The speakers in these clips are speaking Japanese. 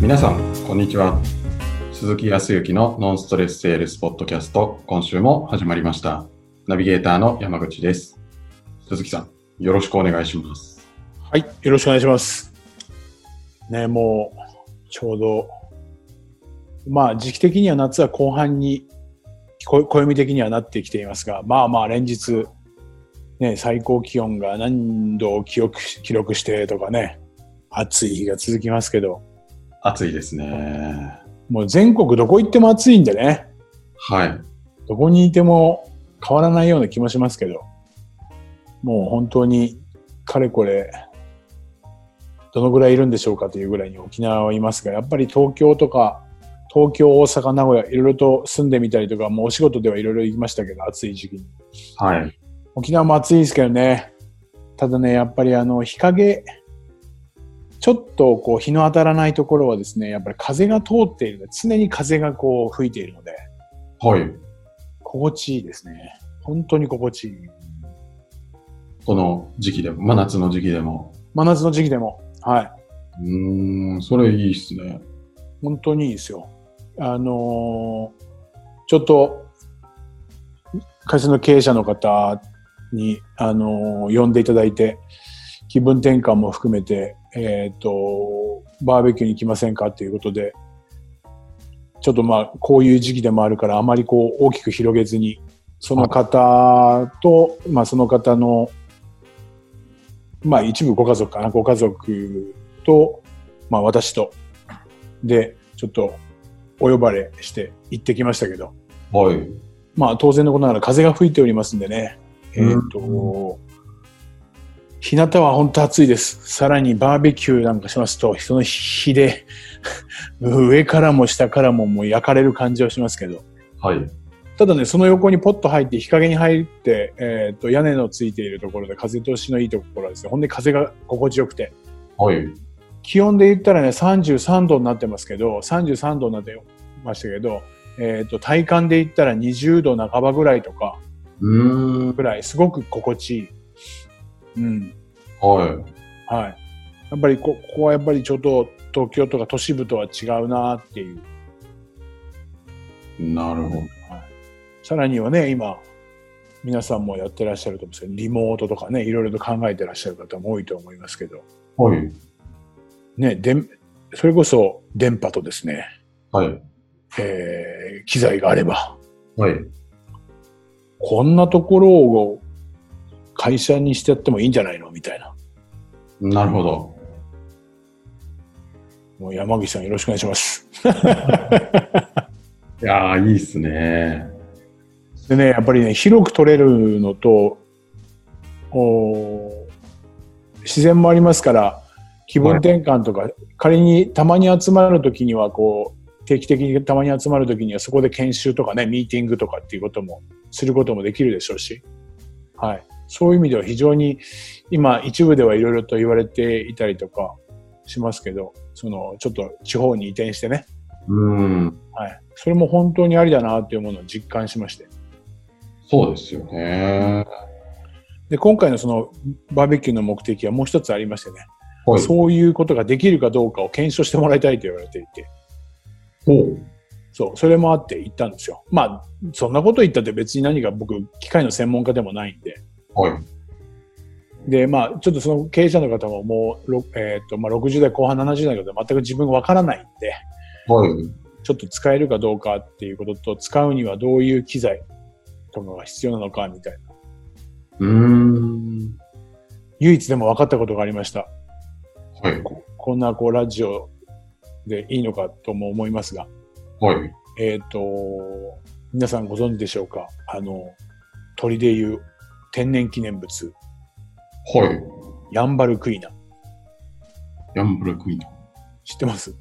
皆さん、こんにちは。鈴木康之のノンストレスセールスポッドキャスト、今週も始まりました。ナビゲーターの山口です。鈴木さん、よろしくお願いします。はい、よろしくお願いします。ね、もう、ちょうど、まあ、時期的には夏は後半に、こ暦的にはなってきていますが、まあまあ、連日、ね、最高気温が何度を記録し記録してとかね、暑い日が続きますけど、暑いですね。もう全国どこ行っても暑いんでね、はい。どこにいても変わらないような気もしますけど、もう本当にかれこれ、どのぐらいいるんでしょうかというぐらいに沖縄はいますが、やっぱり東京とか、東京、大阪、名古屋、いろいろと住んでみたりとか、もうお仕事ではいろいろ行きましたけど、暑い時期に。はい。沖縄も暑いですけどね。ただね、やっぱりあの、日陰、ちょっとこう、日の当たらないところはですね、やっぱり風が通っているので、常に風がこう、吹いているので、はい。心地いいですね。本当に心地いい。この時期でも、真夏の時期でも。真夏の時期でも、はい、うーん、それいいっすね。本当にいいですよ。あのーちょっと、会社の経営者の方に、あのー呼んでいただいて、気分転換も含めて、えっ、と、バーベキューに来ませんかということで、ちょっとまあ、こういう時期でもあるから、あまりこう、大きく広げずに、その方と、まあ、その方の、まあ、一部ご家族かな、ご家族と、まあ、私と、で、ちょっとお呼ばれして行ってきましたけど、はい。まあ当然のことながら風が吹いておりますんでね、うんえっ、と、日向は本当暑いです。さらにバーベキューなんかしますと、その火で、 上からも下からももう焼かれる感じはしますけど、はい。ただね、その横にポッと入って、日陰に入って、えっ、と、屋根のついているところで風通しのいいところはですね、ほんで風が心地よくて、はい。気温で言ったらね、33度になってますけど、33度になってましたけど、えっ、と、体感で言ったら20度半ばぐらいとか、うーんぐ。らい、すごく心地いい。うん。ははい。やっぱりこ、ここはやっぱりちょっと東京とか都市部とは違うなっていう。い。なるほど。さらにはね、今、皆さんもやってらっしゃると思うんですけど、リモートとかね、いろいろと考えてらっしゃる方も多いと思いますけど、はい。ね、でんそれこそ電波とですね、はい。えー機材があれば、はい。こんなところを会社にしてやってもいいんじゃないのみたいなな。るほど。もう山口さんよろしくお願いします。いやー、いいっすね。でね、やっぱりね、広く取れるのと、おー自然もありますから、気分転換とか、仮にたまに集まるときには、こう、定期的にたまに集まるときには、そこで研修とかね、ミーティングとかっていうことも、することもできるでしょうし、はい。そういう意味では非常に、今、一部ではいろいろと言われていたりとかしますけど、その、ちょっと地方に移転してね、うーん。はい。それも本当にありだなっていうものを実感しまして。そうですよね。で今回のそのバーベキューの目的はもう一つありましてね、はい。そういうことができるかどうかを検証してもらいたいと言われていて、ほう。そう、それもあって行ったんですよ。まあ、そんなこと言ったって別に何か僕、機械の専門家でもないんで、はい。で、まあ、ちょっとその経営者の方ももう、ろえーっと、まあ、60代後半、70代の方は全く自分がわからないんで、はい。ちょっと使えるかどうかっていうことと、使うにはどういう機材とかが必要なのかみたいな。うーん。唯一でも分かったことがありました。はい。こんなこうラジオでいいのかとも思いますが、はい。えっ、と、皆さんご存知でしょうかあの、鳥でいう天然記念物、はい。ヤンバルクイナ。ヤンブルクイナ。知ってます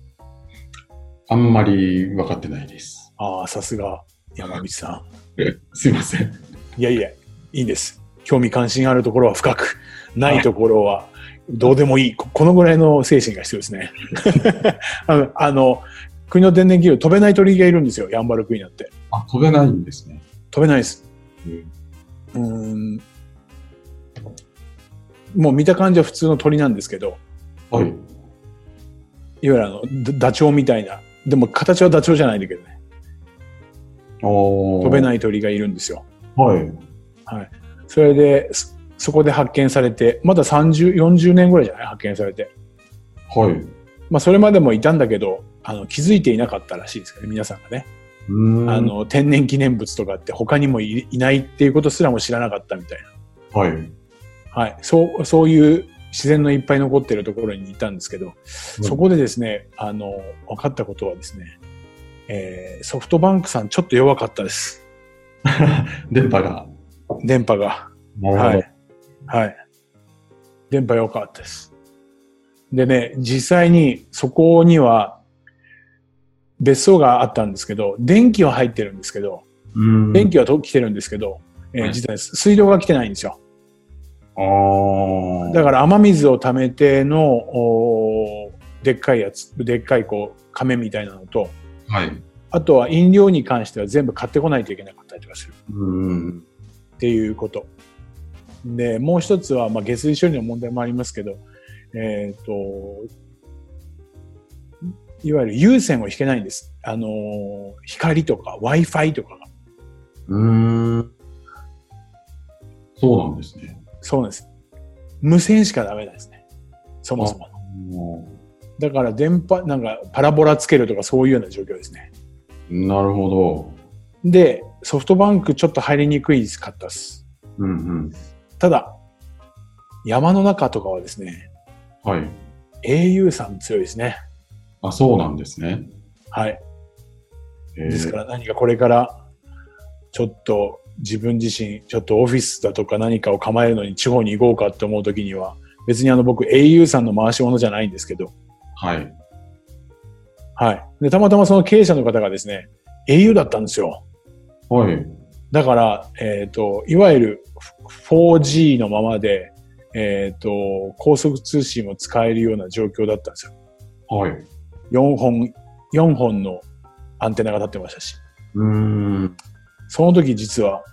あんまり分かってないです。ああ、さすが山口さえすいません。 ん。いやいや、いいんです。興味関心あるところは深く、ないところはどうでもいい。ここのぐらいの精神が必要です ね。あの、あの国の天然記念物、飛べない鳥がいるんですよ、ヤンバルクイナって。あ、飛べないんですね。飛べないです。うんうーんもう見た感じは普通の鳥なんですけど、はい。いわゆるあのダダチョウみたいなでも形はダチョウじゃないんだけどねお飛べい。ない鳥がいるんですよはい。それでそそこで発見されてまだ3040年ぐらいじゃない発見されて、はい。うまあ、それまでもいたんだけどあの気づいていなかったらしいですけど皆さんがね、ーん。あ、の天然記念物とかって他にもいいないっていうことすらも知らなかったみたいはい。な、はい、そうそういう自然のいっぱい残ってるところにいたんですけど、そこでですねあの分かったことはですね、えーソフトバンクさんちょっと弱かったです電波が。電波が。なはい。はい。電波良かったです。でね、実際にそこには別荘があったんですけど、電気は入ってるんですけど、うーん。電気はと来てるんですけど、えはーい実は水道が来てないんですよ。ああ。だら。から雨水を溜めての、おーでっかいやつ、でっかいこう、亀みたいなのと、はい。あとは飲料に関しては全部買ってこないといけなかったりとかする。うーん。っていうこと。で、もう一つは、まあ、下水処理の問題もありますけど、えっ、と、いわゆる有線を引けないんです。あのー、光とか Wi-Fi とかが。うーん。そうなんですね。そうなんです。無線しかダメなんですね。そもそも。もだから電波、なんかパラボラつけるとかそういうような状況ですね。うなるほで、ソフトバンクちょっと入りにくいかったです。ど。うんうん。ただ、山の中とかはですね、はい。 au さん強いですね。あ、そうなんですね。はい。えーですから何かこれからちょっと自分自身ちょっとオフィスだとか何かを構えるのに地方に行こうかって思う時には別にあの僕 au さんの回し物じゃないんですけど、はい。はい、でたまたまその経営者の方がですね au だったんですよはい。だから、えっといわゆる 4G のままで、えっと高速通信を使えるような状況だったんですよはい。 4本4本のアンテナが立ってましたしうーん。その時実は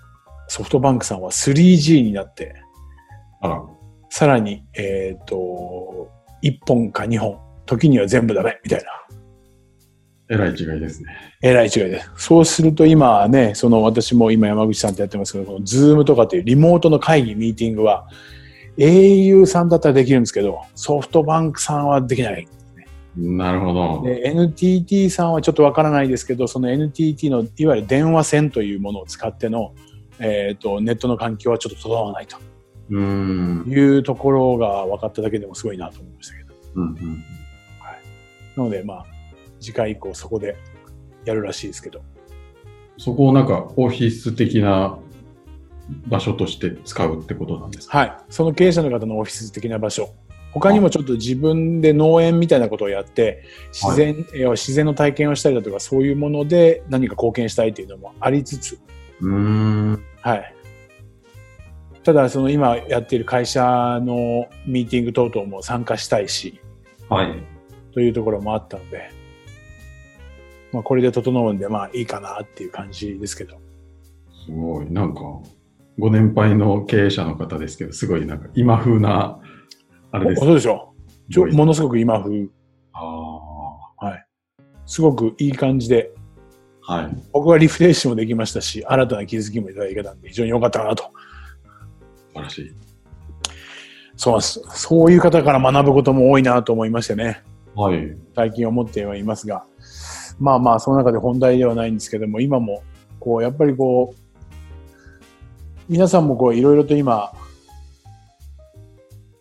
ソフトバンクさんは 3G になって、あら。さらに、えっ、と、1本か2本、時には全部ダメ、みたいな。えらい違いですね。えらい違いです。そうすると今ね、その私も今山口さんとやってますけど、このズームとかっていうリモートの会議、ミーティングは、au さんだったらできるんですけど、ソフトバンクさんはできない。なるほど。で NTT さんはちょっとわからないですけど、その NTT のいわゆる電話線というものを使っての、えっ、と、ネットの環境はちょっと整わないと。うーん。いうところが分かっただけでもすごいなと思いましたけど。うんうん。なので、まあ、次回以降そこでやるらしいですけど。そこをなんかオフィス的な場所として使うってことなんですかはい。その経営者の方のオフィス的な場所。他にもちょっと自分で農園みたいなことをやって、自然、えー自然の体験をしたりだとか、そういうもので何か貢献したいというのもありつつ、うーん。はい。ただ、その今やっている会社のミーティング等々も参加したいし、はい。というところもあったので、まあ、これで整うんで、まあいいかなっていう感じですけど。すごい。なんか、ご年配の経営者の方ですけど、すごいなんか今風な、あれおですそうでしょちすょごいものすごく今風、あすごくいい感じで、あ。はい。僕はリフレッシュもできましたし、新たな気づきもいただけたんで、非常に良かったなと。素晴らしい。そうなんです。そういう方から学ぶことも多いなと思いましてね、はい。最近思ってはいますが、まあまあ、その中で本題ではないんですけども、今も、こう、やっぱりこう、皆さんもこう、いろいろと今、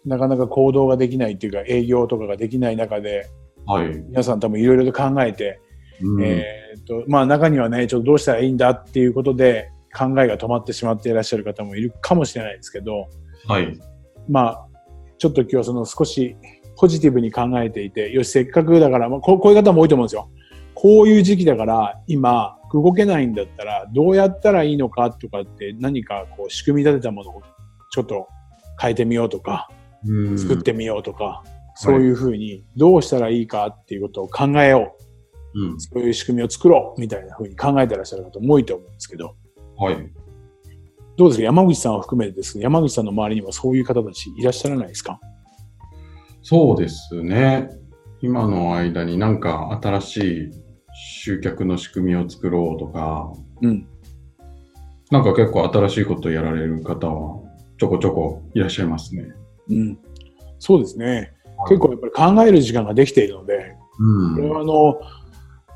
なかなか行動ができないっていうか、営業とかができない中で、はい。皆さん多分いろいろと考えて、うんえーっとまあ、中にはねちょっとどうしたらいいんだっていうことで考えが止まってしまっていらっしゃる方もいるかもしれないですけど、はい。まあ、ちょっと今日はその少しポジティブに考えていてよしせっかくだから、まあ、こうこういう方も多いと思うんですよ。こういう時期だから今動けないんだったらどうやったらいいのかとかって何かこう仕組み立てたものをちょっと変えてみようとかうん作ってみようとか、そういうふうにどうしたらいいかっていうことを考えよううん。そういう仕組みを作ろうみたいな風に考えてらっしゃる方も多いと思うんですけど、はい。どうですか山口さんを含めてですけど、山口さんの周りにもそういう方たちいらっしゃらないですかそうですね。今の間になんか新しい集客の仕組みを作ろうとか、うん。なんか結構新しいことやられる方はちょこちょこいらっしゃいますね。うん。そうですね。結構やっぱり考える時間ができているので、うん。これはあの、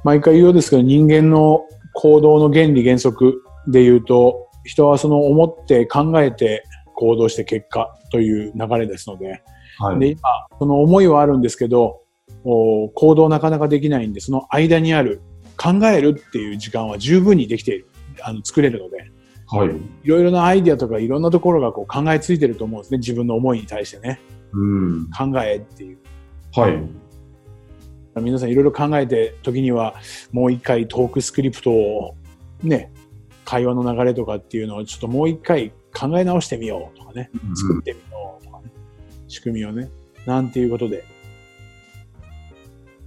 毎回言うようですけど、人間の行動の原理原則で言うと、人はその思って考えて行動して結果という流れですので、はい。で、今、その思いはあるんですけど、お行動なかなかできないんで、その間にある考えるっていう時間は十分にできている、あの作れるので、はい。いろいろなアイディアとかいろんなところがこう考えついてると思うんですね。自分の思いに対してね。うん。考えっていう。はい。皆さんいろいろ考えて、時にはもう一回トークスクリプトをね、会話の流れとかっていうのをちょっともう一回考え直してみようとかね。作ってみようとかね。仕組みをね。なんていうことで。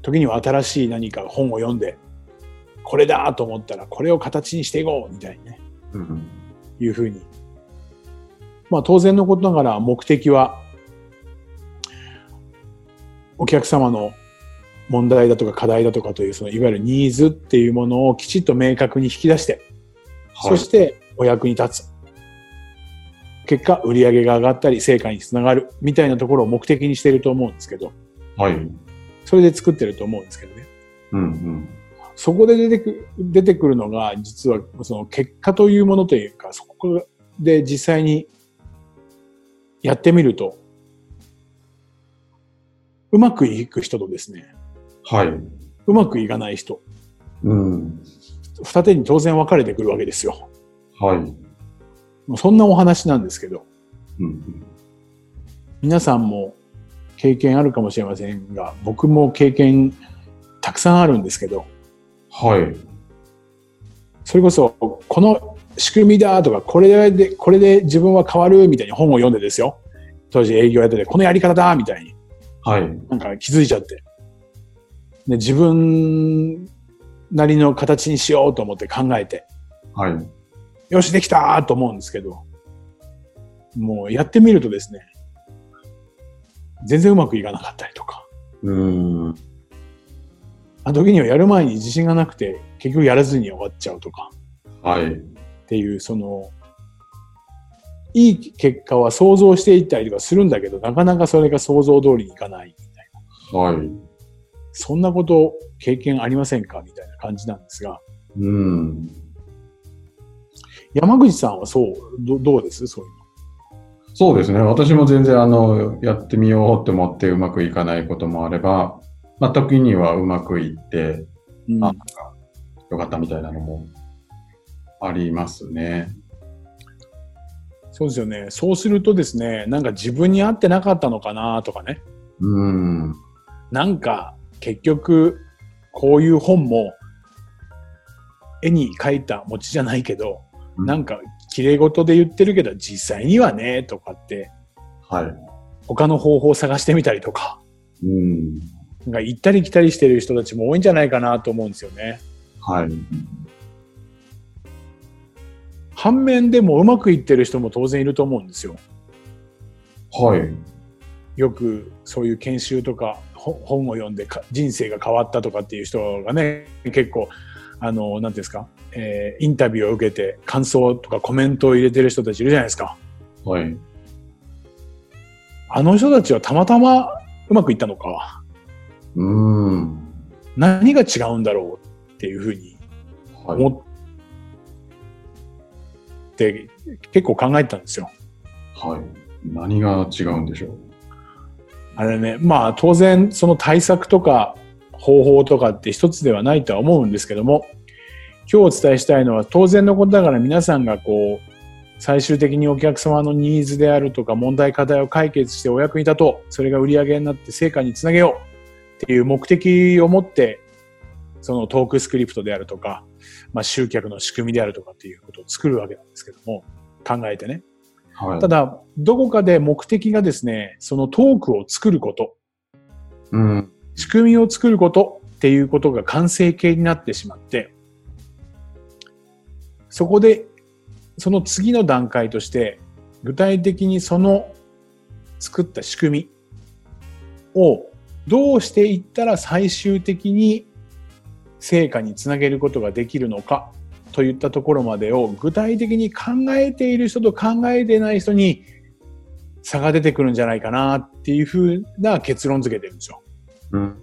時には新しい何か本を読んで、これだと思ったらこれを形にしていこうみたいにね。うん。うんいうふうに。まあ当然のことながら目的はお客様の問題だとか課題だとかというそのいわゆるニーズっていうものをきちっと明確に引き出して、はい。そしてお役に立つ。結果売り上げが上がったり成果につながるみたいなところを目的にしてると思うんですけど、はい。うんそれで作ってると思うんですけどね。うん。そこで出てく出てくるのが、実はその結果というものというか、そこで実際にやってみると、うまくいく人とですね、はい。うまくいかない人、うん。二手に当然分かれてくるわけですよ。はい。もうそんなお話なんですけど、うん。皆さんも経験あるかもしれませんが、僕も経験たくさんあるんですけど、はい。それこそ、この仕組みだとか、これで、これで自分は変わるみたいに本を読んでですよ。当時営業やってて、このやり方だみたいに、はい。なんか気づいちゃって。で、自分なりの形にしようと思って考えて、はい。よし、できたと思うんですけど、もうやってみるとですね、全然うまくいかなかったりとか、うん。あ時にはやる前に自信がなくて、結局やらずに終わっちゃうとか、はい。っていう、その、いい結果は想像していったりとかするんだけど、なかなかそれが想像通りにいかないみたいな。はい。そんなこと経験ありませんかみたいな感じなんですが、うん。山口さんはそう、どどうですそういうそうですね。私も全然、あの、やってみようって思ってうまくいかないこともあれば、まあ、時にはうまくいっての。あよかったみたいなのもありますね。そうですよね。そうするとですね、なんか自分に合ってなかったのかなとかね。うん。なんか、結局、こういう本も、絵に描いた餅じゃないけど、なんか、綺麗事で言ってるけど、実際にはね、とかって、はい。他の方法を探してみたりとか、うん。なんか行ったり来たりしてる人たちも多いんじゃないかなと思うんですよね。はい。反面でもうまくいってる人も当然いると思うんですよ。はい。よくそういう研修とかほ本を読んでか人生が変わったとかっていう人がね、結構、あの、なんていうんですか、えーインタビューを受けて感想とかコメントを入れてる人たちいるじゃないですか。はい。あの人たちはたまたまうまくいったのか、うん。何が違うんだろうっていうふうにはい。思って結構考えてたんですよ。はい。何が違うんでしょう。あれね、まあ当然その対策とか方法とかって一つではないとは思うんですけども、今日お伝えしたいのは当然のことだから皆さんがこう、最終的にお客様のニーズであるとか問題課題を解決してお役に立とう。それが売り上げになって成果につなげようっていう目的を持って、そのトークスクリプトであるとか、まあ集客の仕組みであるとかっていうことを作るわけなんですけども、考えてね。はい。ただ、どこかで目的がですね、そのトークを作ること、うん。仕組みを作ることっていうことが完成形になってしまって、そこで、その次の段階として、具体的にその作った仕組みをどうしていったら最終的に成果につなげることができるのかといったところまでを具体的に考えている人と考えてない人に差が出てくるんじゃないかなっていうふうな結論付けてるんですよ。うん。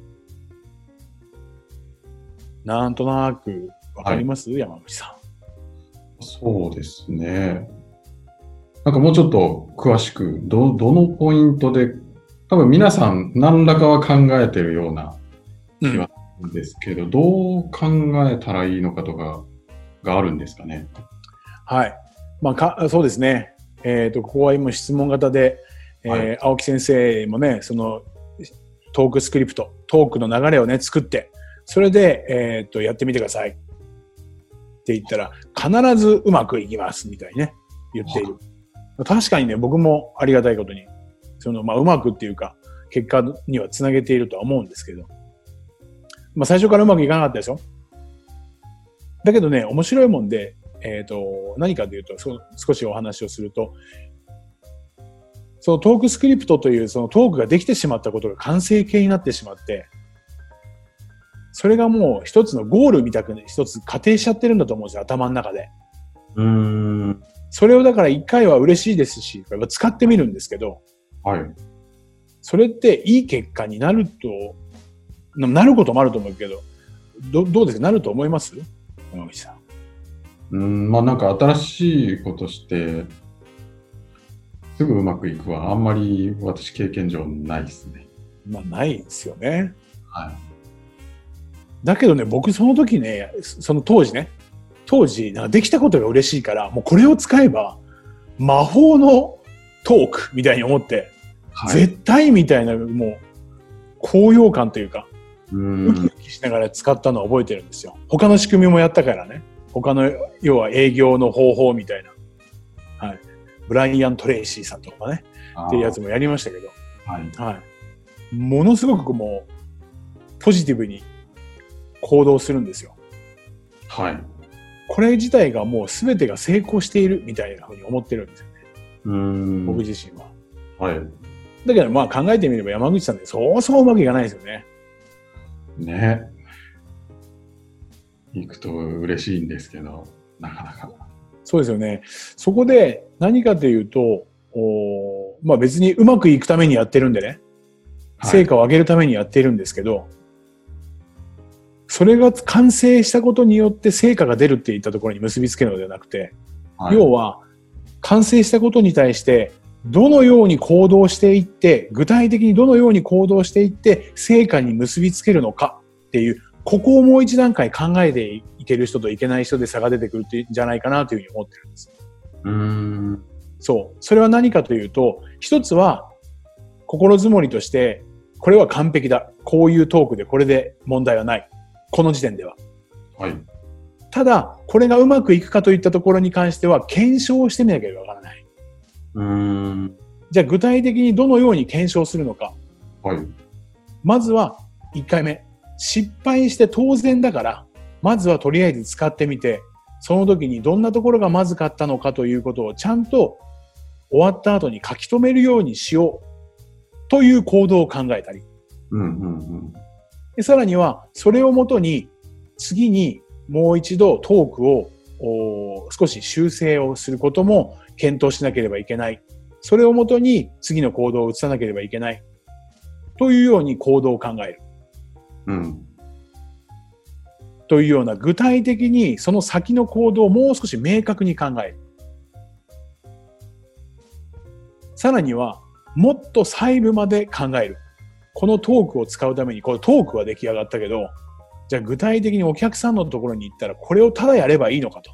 なんとなくわかります、山口さ。そうですね。なんかもうちょっと詳しく、ど、どのポイントで、多分皆さん何らかは考えてるようなんうんですけど、どう考えたらいいのかとかがあるんですかね。はい。まあ、かそうですね。えっ、と、ここは今質問型で、えーはい青木先生もね、そのトークスクリプト、トークの流れをね、作って、それで、えっ、と、やってみてください。って言ったら、必ずうまくいきます、みたいにね、言っている。確かにね、僕もありがたいことに、その、まあ、うまくっていうか、結果にはつなげているとは思うんですけど、まあ、最初からうまくいかなかったでしょだけどね、面白いもんで、えー、と何かでいうとそう少しお話をするとそのトークスクリプトというそのトークができてしまったことが完成形になってしまってそれがもう一つのゴールみたくね一つ仮定しちゃってるんだと思うんですよ頭の中で。うーん。それをだから一回は嬉しいですしやっぱ使ってみるんですけどはい。それっていい結果になるとななることもあると思うけどどどうですかなると思います山口さん。うん、まあなんか新しいことして、すぐうまくいくは、あんまり私経験上ないですね。まあないんですよね。はい。だけどね、僕その時ね、その当時ね、当時、なんかできたことが嬉しいから、もうこれを使えば、魔法のトークみたいに思って、はい。絶対みたいな、もう、高揚感というか、うウキウん。キしながら使ったのを覚えてるんですよ。他の仕組みもやったからね。他の、要は営業の方法みたいな。はい。ブライアン・トレイシーさんとかね、っていうやつもやりましたけど、あー。はい。はい。ものすごくもう、ポジティブに行動するんですよ。はい。これ自体がもう全てが成功しているみたいなふうに思ってるんですよね、うん。僕自身は。はい。だけどまあ考えてみれば山口さんってそうそううまくいかないですよね。ね。行くと嬉しいんですけど、なかなか。そうですよね。そこで何かというと、おーまあ別にうまくいくためにやってるんでね、はい成果を上げるためにやってるんですけど、それが完成したことによって成果が出るっていったところに結びつけるのではなくて、はい、要は完成したことに対してどのように行動していって具体的にどのように行動していって成果に結びつけるのかっていうここをもう一段階考えていける人といけない人で差が出てくるっていうんじゃないかなというふうに思ってるんです。うん。そう。それは何かというと、一つは心づもりとして、これは完璧だ。こういうトークでこれで問題はない。この時点では。はい。ただ、これがうまくいくかといったところに関しては検証してみなければわからない。うん。じゃあ具体的にどのように検証するのか。はい。まずは1回目。失敗して当然だから、まずはとりあえず使ってみて、その時にどんなところがまずかったのかということをちゃんと終わった後に書き留めるようにしようという行動を考えたり。うんうんでさらには、それをもとに次にもう一度トークをおー少し修正をすることも検討しなければいけない。それをもとに次の行動を移さなければいけない。というように行動を考える。うん。うん。というような具体的にその先の行動をもう少し明確に考える。さらには、もっと細部まで考える。このトークを使うために、これトークは出来上がったけど、じゃあ具体的にお客さんのところに行ったらこれをただやればいいのかと。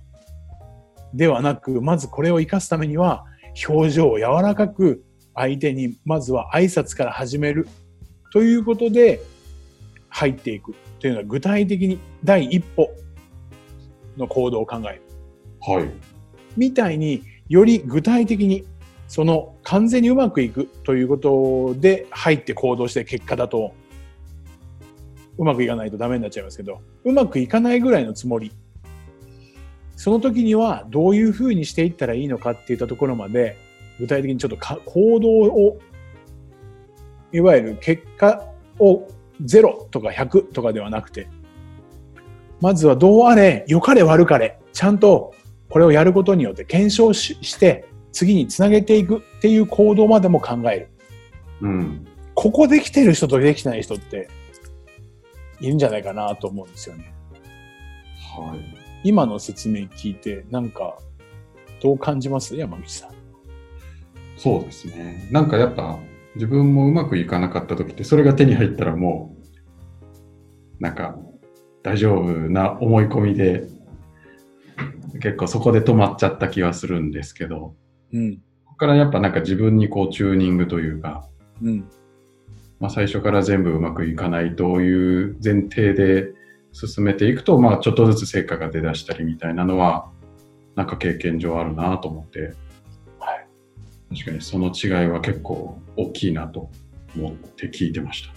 ではなく、まずこれを活かすためには、表情を柔らかく相手に、まずは挨拶から始める。ということで、入っていくというのは具体的に第一歩の行動を考えるはい。みたいにより具体的にその完全にうまくいくということで入って行動して結果だとうまくいかないとダメになっちゃいますけどうまくいかないぐらいのつもりその時にはどういうふうにしていったらいいのかっていったところまで具体的にちょっとか行動をいわゆる結果を0とか100とかではなくて、まずはどうあれ、良かれ悪かれ、ちゃんとこれをやることによって検証しして、次につなげていくっていう行動までも考える。うん。ここできてる人とできてない人って、いるんじゃないかなと思うんですよね。はい。今の説明聞いて、なんか、どう感じます山口さん。そうですね。なんかやっぱ、自分もうまくいかなかった時って、それが手に入ったらもう、なんか、大丈夫な思い込みで、結構そこで止まっちゃった気はするんですけど、うん。ここからやっぱなんか自分にこうチューニングというか、うん。まあ、最初から全部うまくいかないという前提で進めていくと、まあ、ちょっとずつ成果が出だしたりみたいなのはなんか経験上あるなと思って、は確かにその違いは結構大きいなと思って聞いてまし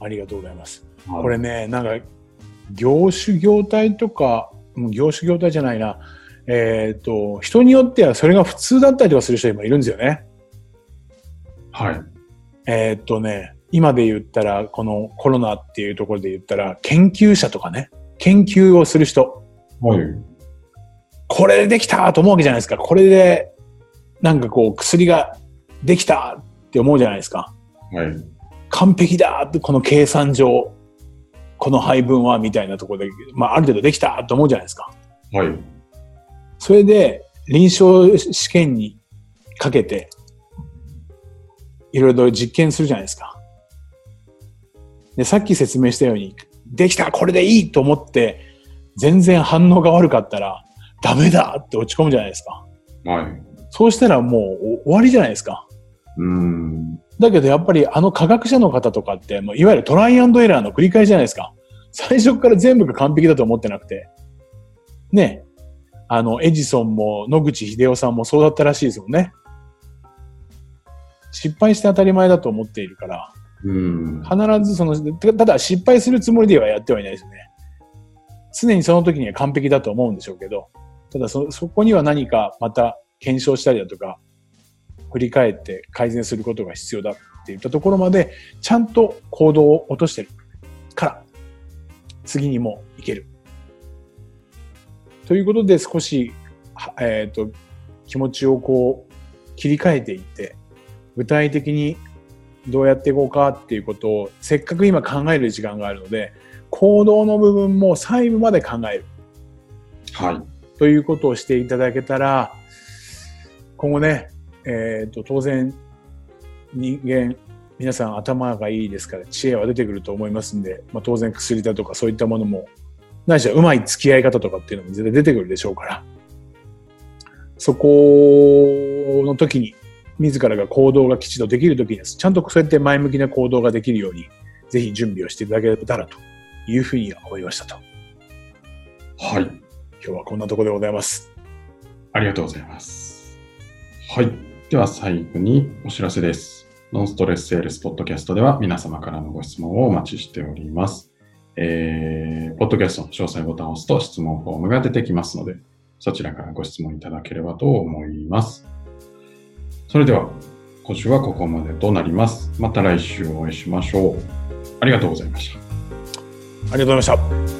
ありがとうございます。た。これね、なんか、業種業態とか、もう業種業態じゃないな、えっ、と、人によってはそれが普通だったりとかする人もいるんですよね。はい。えっ、とね、今で言ったら、このコロナっていうところで言ったら、研究者とかね、研究をする人、はい。これできたと思うわけじゃないですか。これで、なんかこう、薬ができたって思うじゃないですか。はい。完璧だってこの計算上、この配分はみたいなところで、まあ、ある程度できたと思うじゃないですか。はい。それで、臨床試験にかけて、いろいろ実験するじゃないですか。で、さっき説明したように、できたこれでいいと思って、全然反応が悪かったら、ダメだって落ち込むじゃないですか。はい。そうしたらもう終わりじゃないですか。うーん。だけどやっぱりあの科学者の方とかって、もういわゆるトライアンドエラーの繰り返しじゃないですか。最初から全部が完璧だと思ってなくて。ね。あの、エジソンも野口秀夫さんもそうだったらしいですもんね。失敗して当たり前だと思っているから、うーん。必ずその、たただ失敗するつもりではやってはいないですよね。常にその時には完璧だと思うんでしょうけど、ただそ、そこには何かまた検証したりだとか、振り返って改善することが必要だって言ったところまで、ちゃんと行動を落としてるから、次にもいける。ということで、少し、はえっ、と、気持ちをこう、切り替えていって、具体的にどうやっていこうかっていうことをせっかく今考える時間があるので行動の部分も細部まで考えるはい。ということをしていただけたら今後ね、えー、と当然人間皆さん頭がいいですから知恵は出てくると思いますんで、まあ、当然薬だとかそういったものもないしはうまい付き合い方とかっていうのも絶対出てくるでしょうからそこの時に自らが行動がきちんとできる時にはちゃんとそうやって前向きな行動ができるようにぜひ準備をしていただけたらというふうに思いましたとはい。今日はこんなところでございます。ありがとうございます。はい。では最後にお知らせです。ノンストレスセールスポッドキャストでは皆様からのご質問をお待ちしております。えー、ポッドキャストの詳細ボタンを押すと質問フォームが出てきますので、そちらからご質問いただければと思います。それでは、今週はここまでとなります。また来週お会いしましょう。ありがとうございました。ありがとうございました。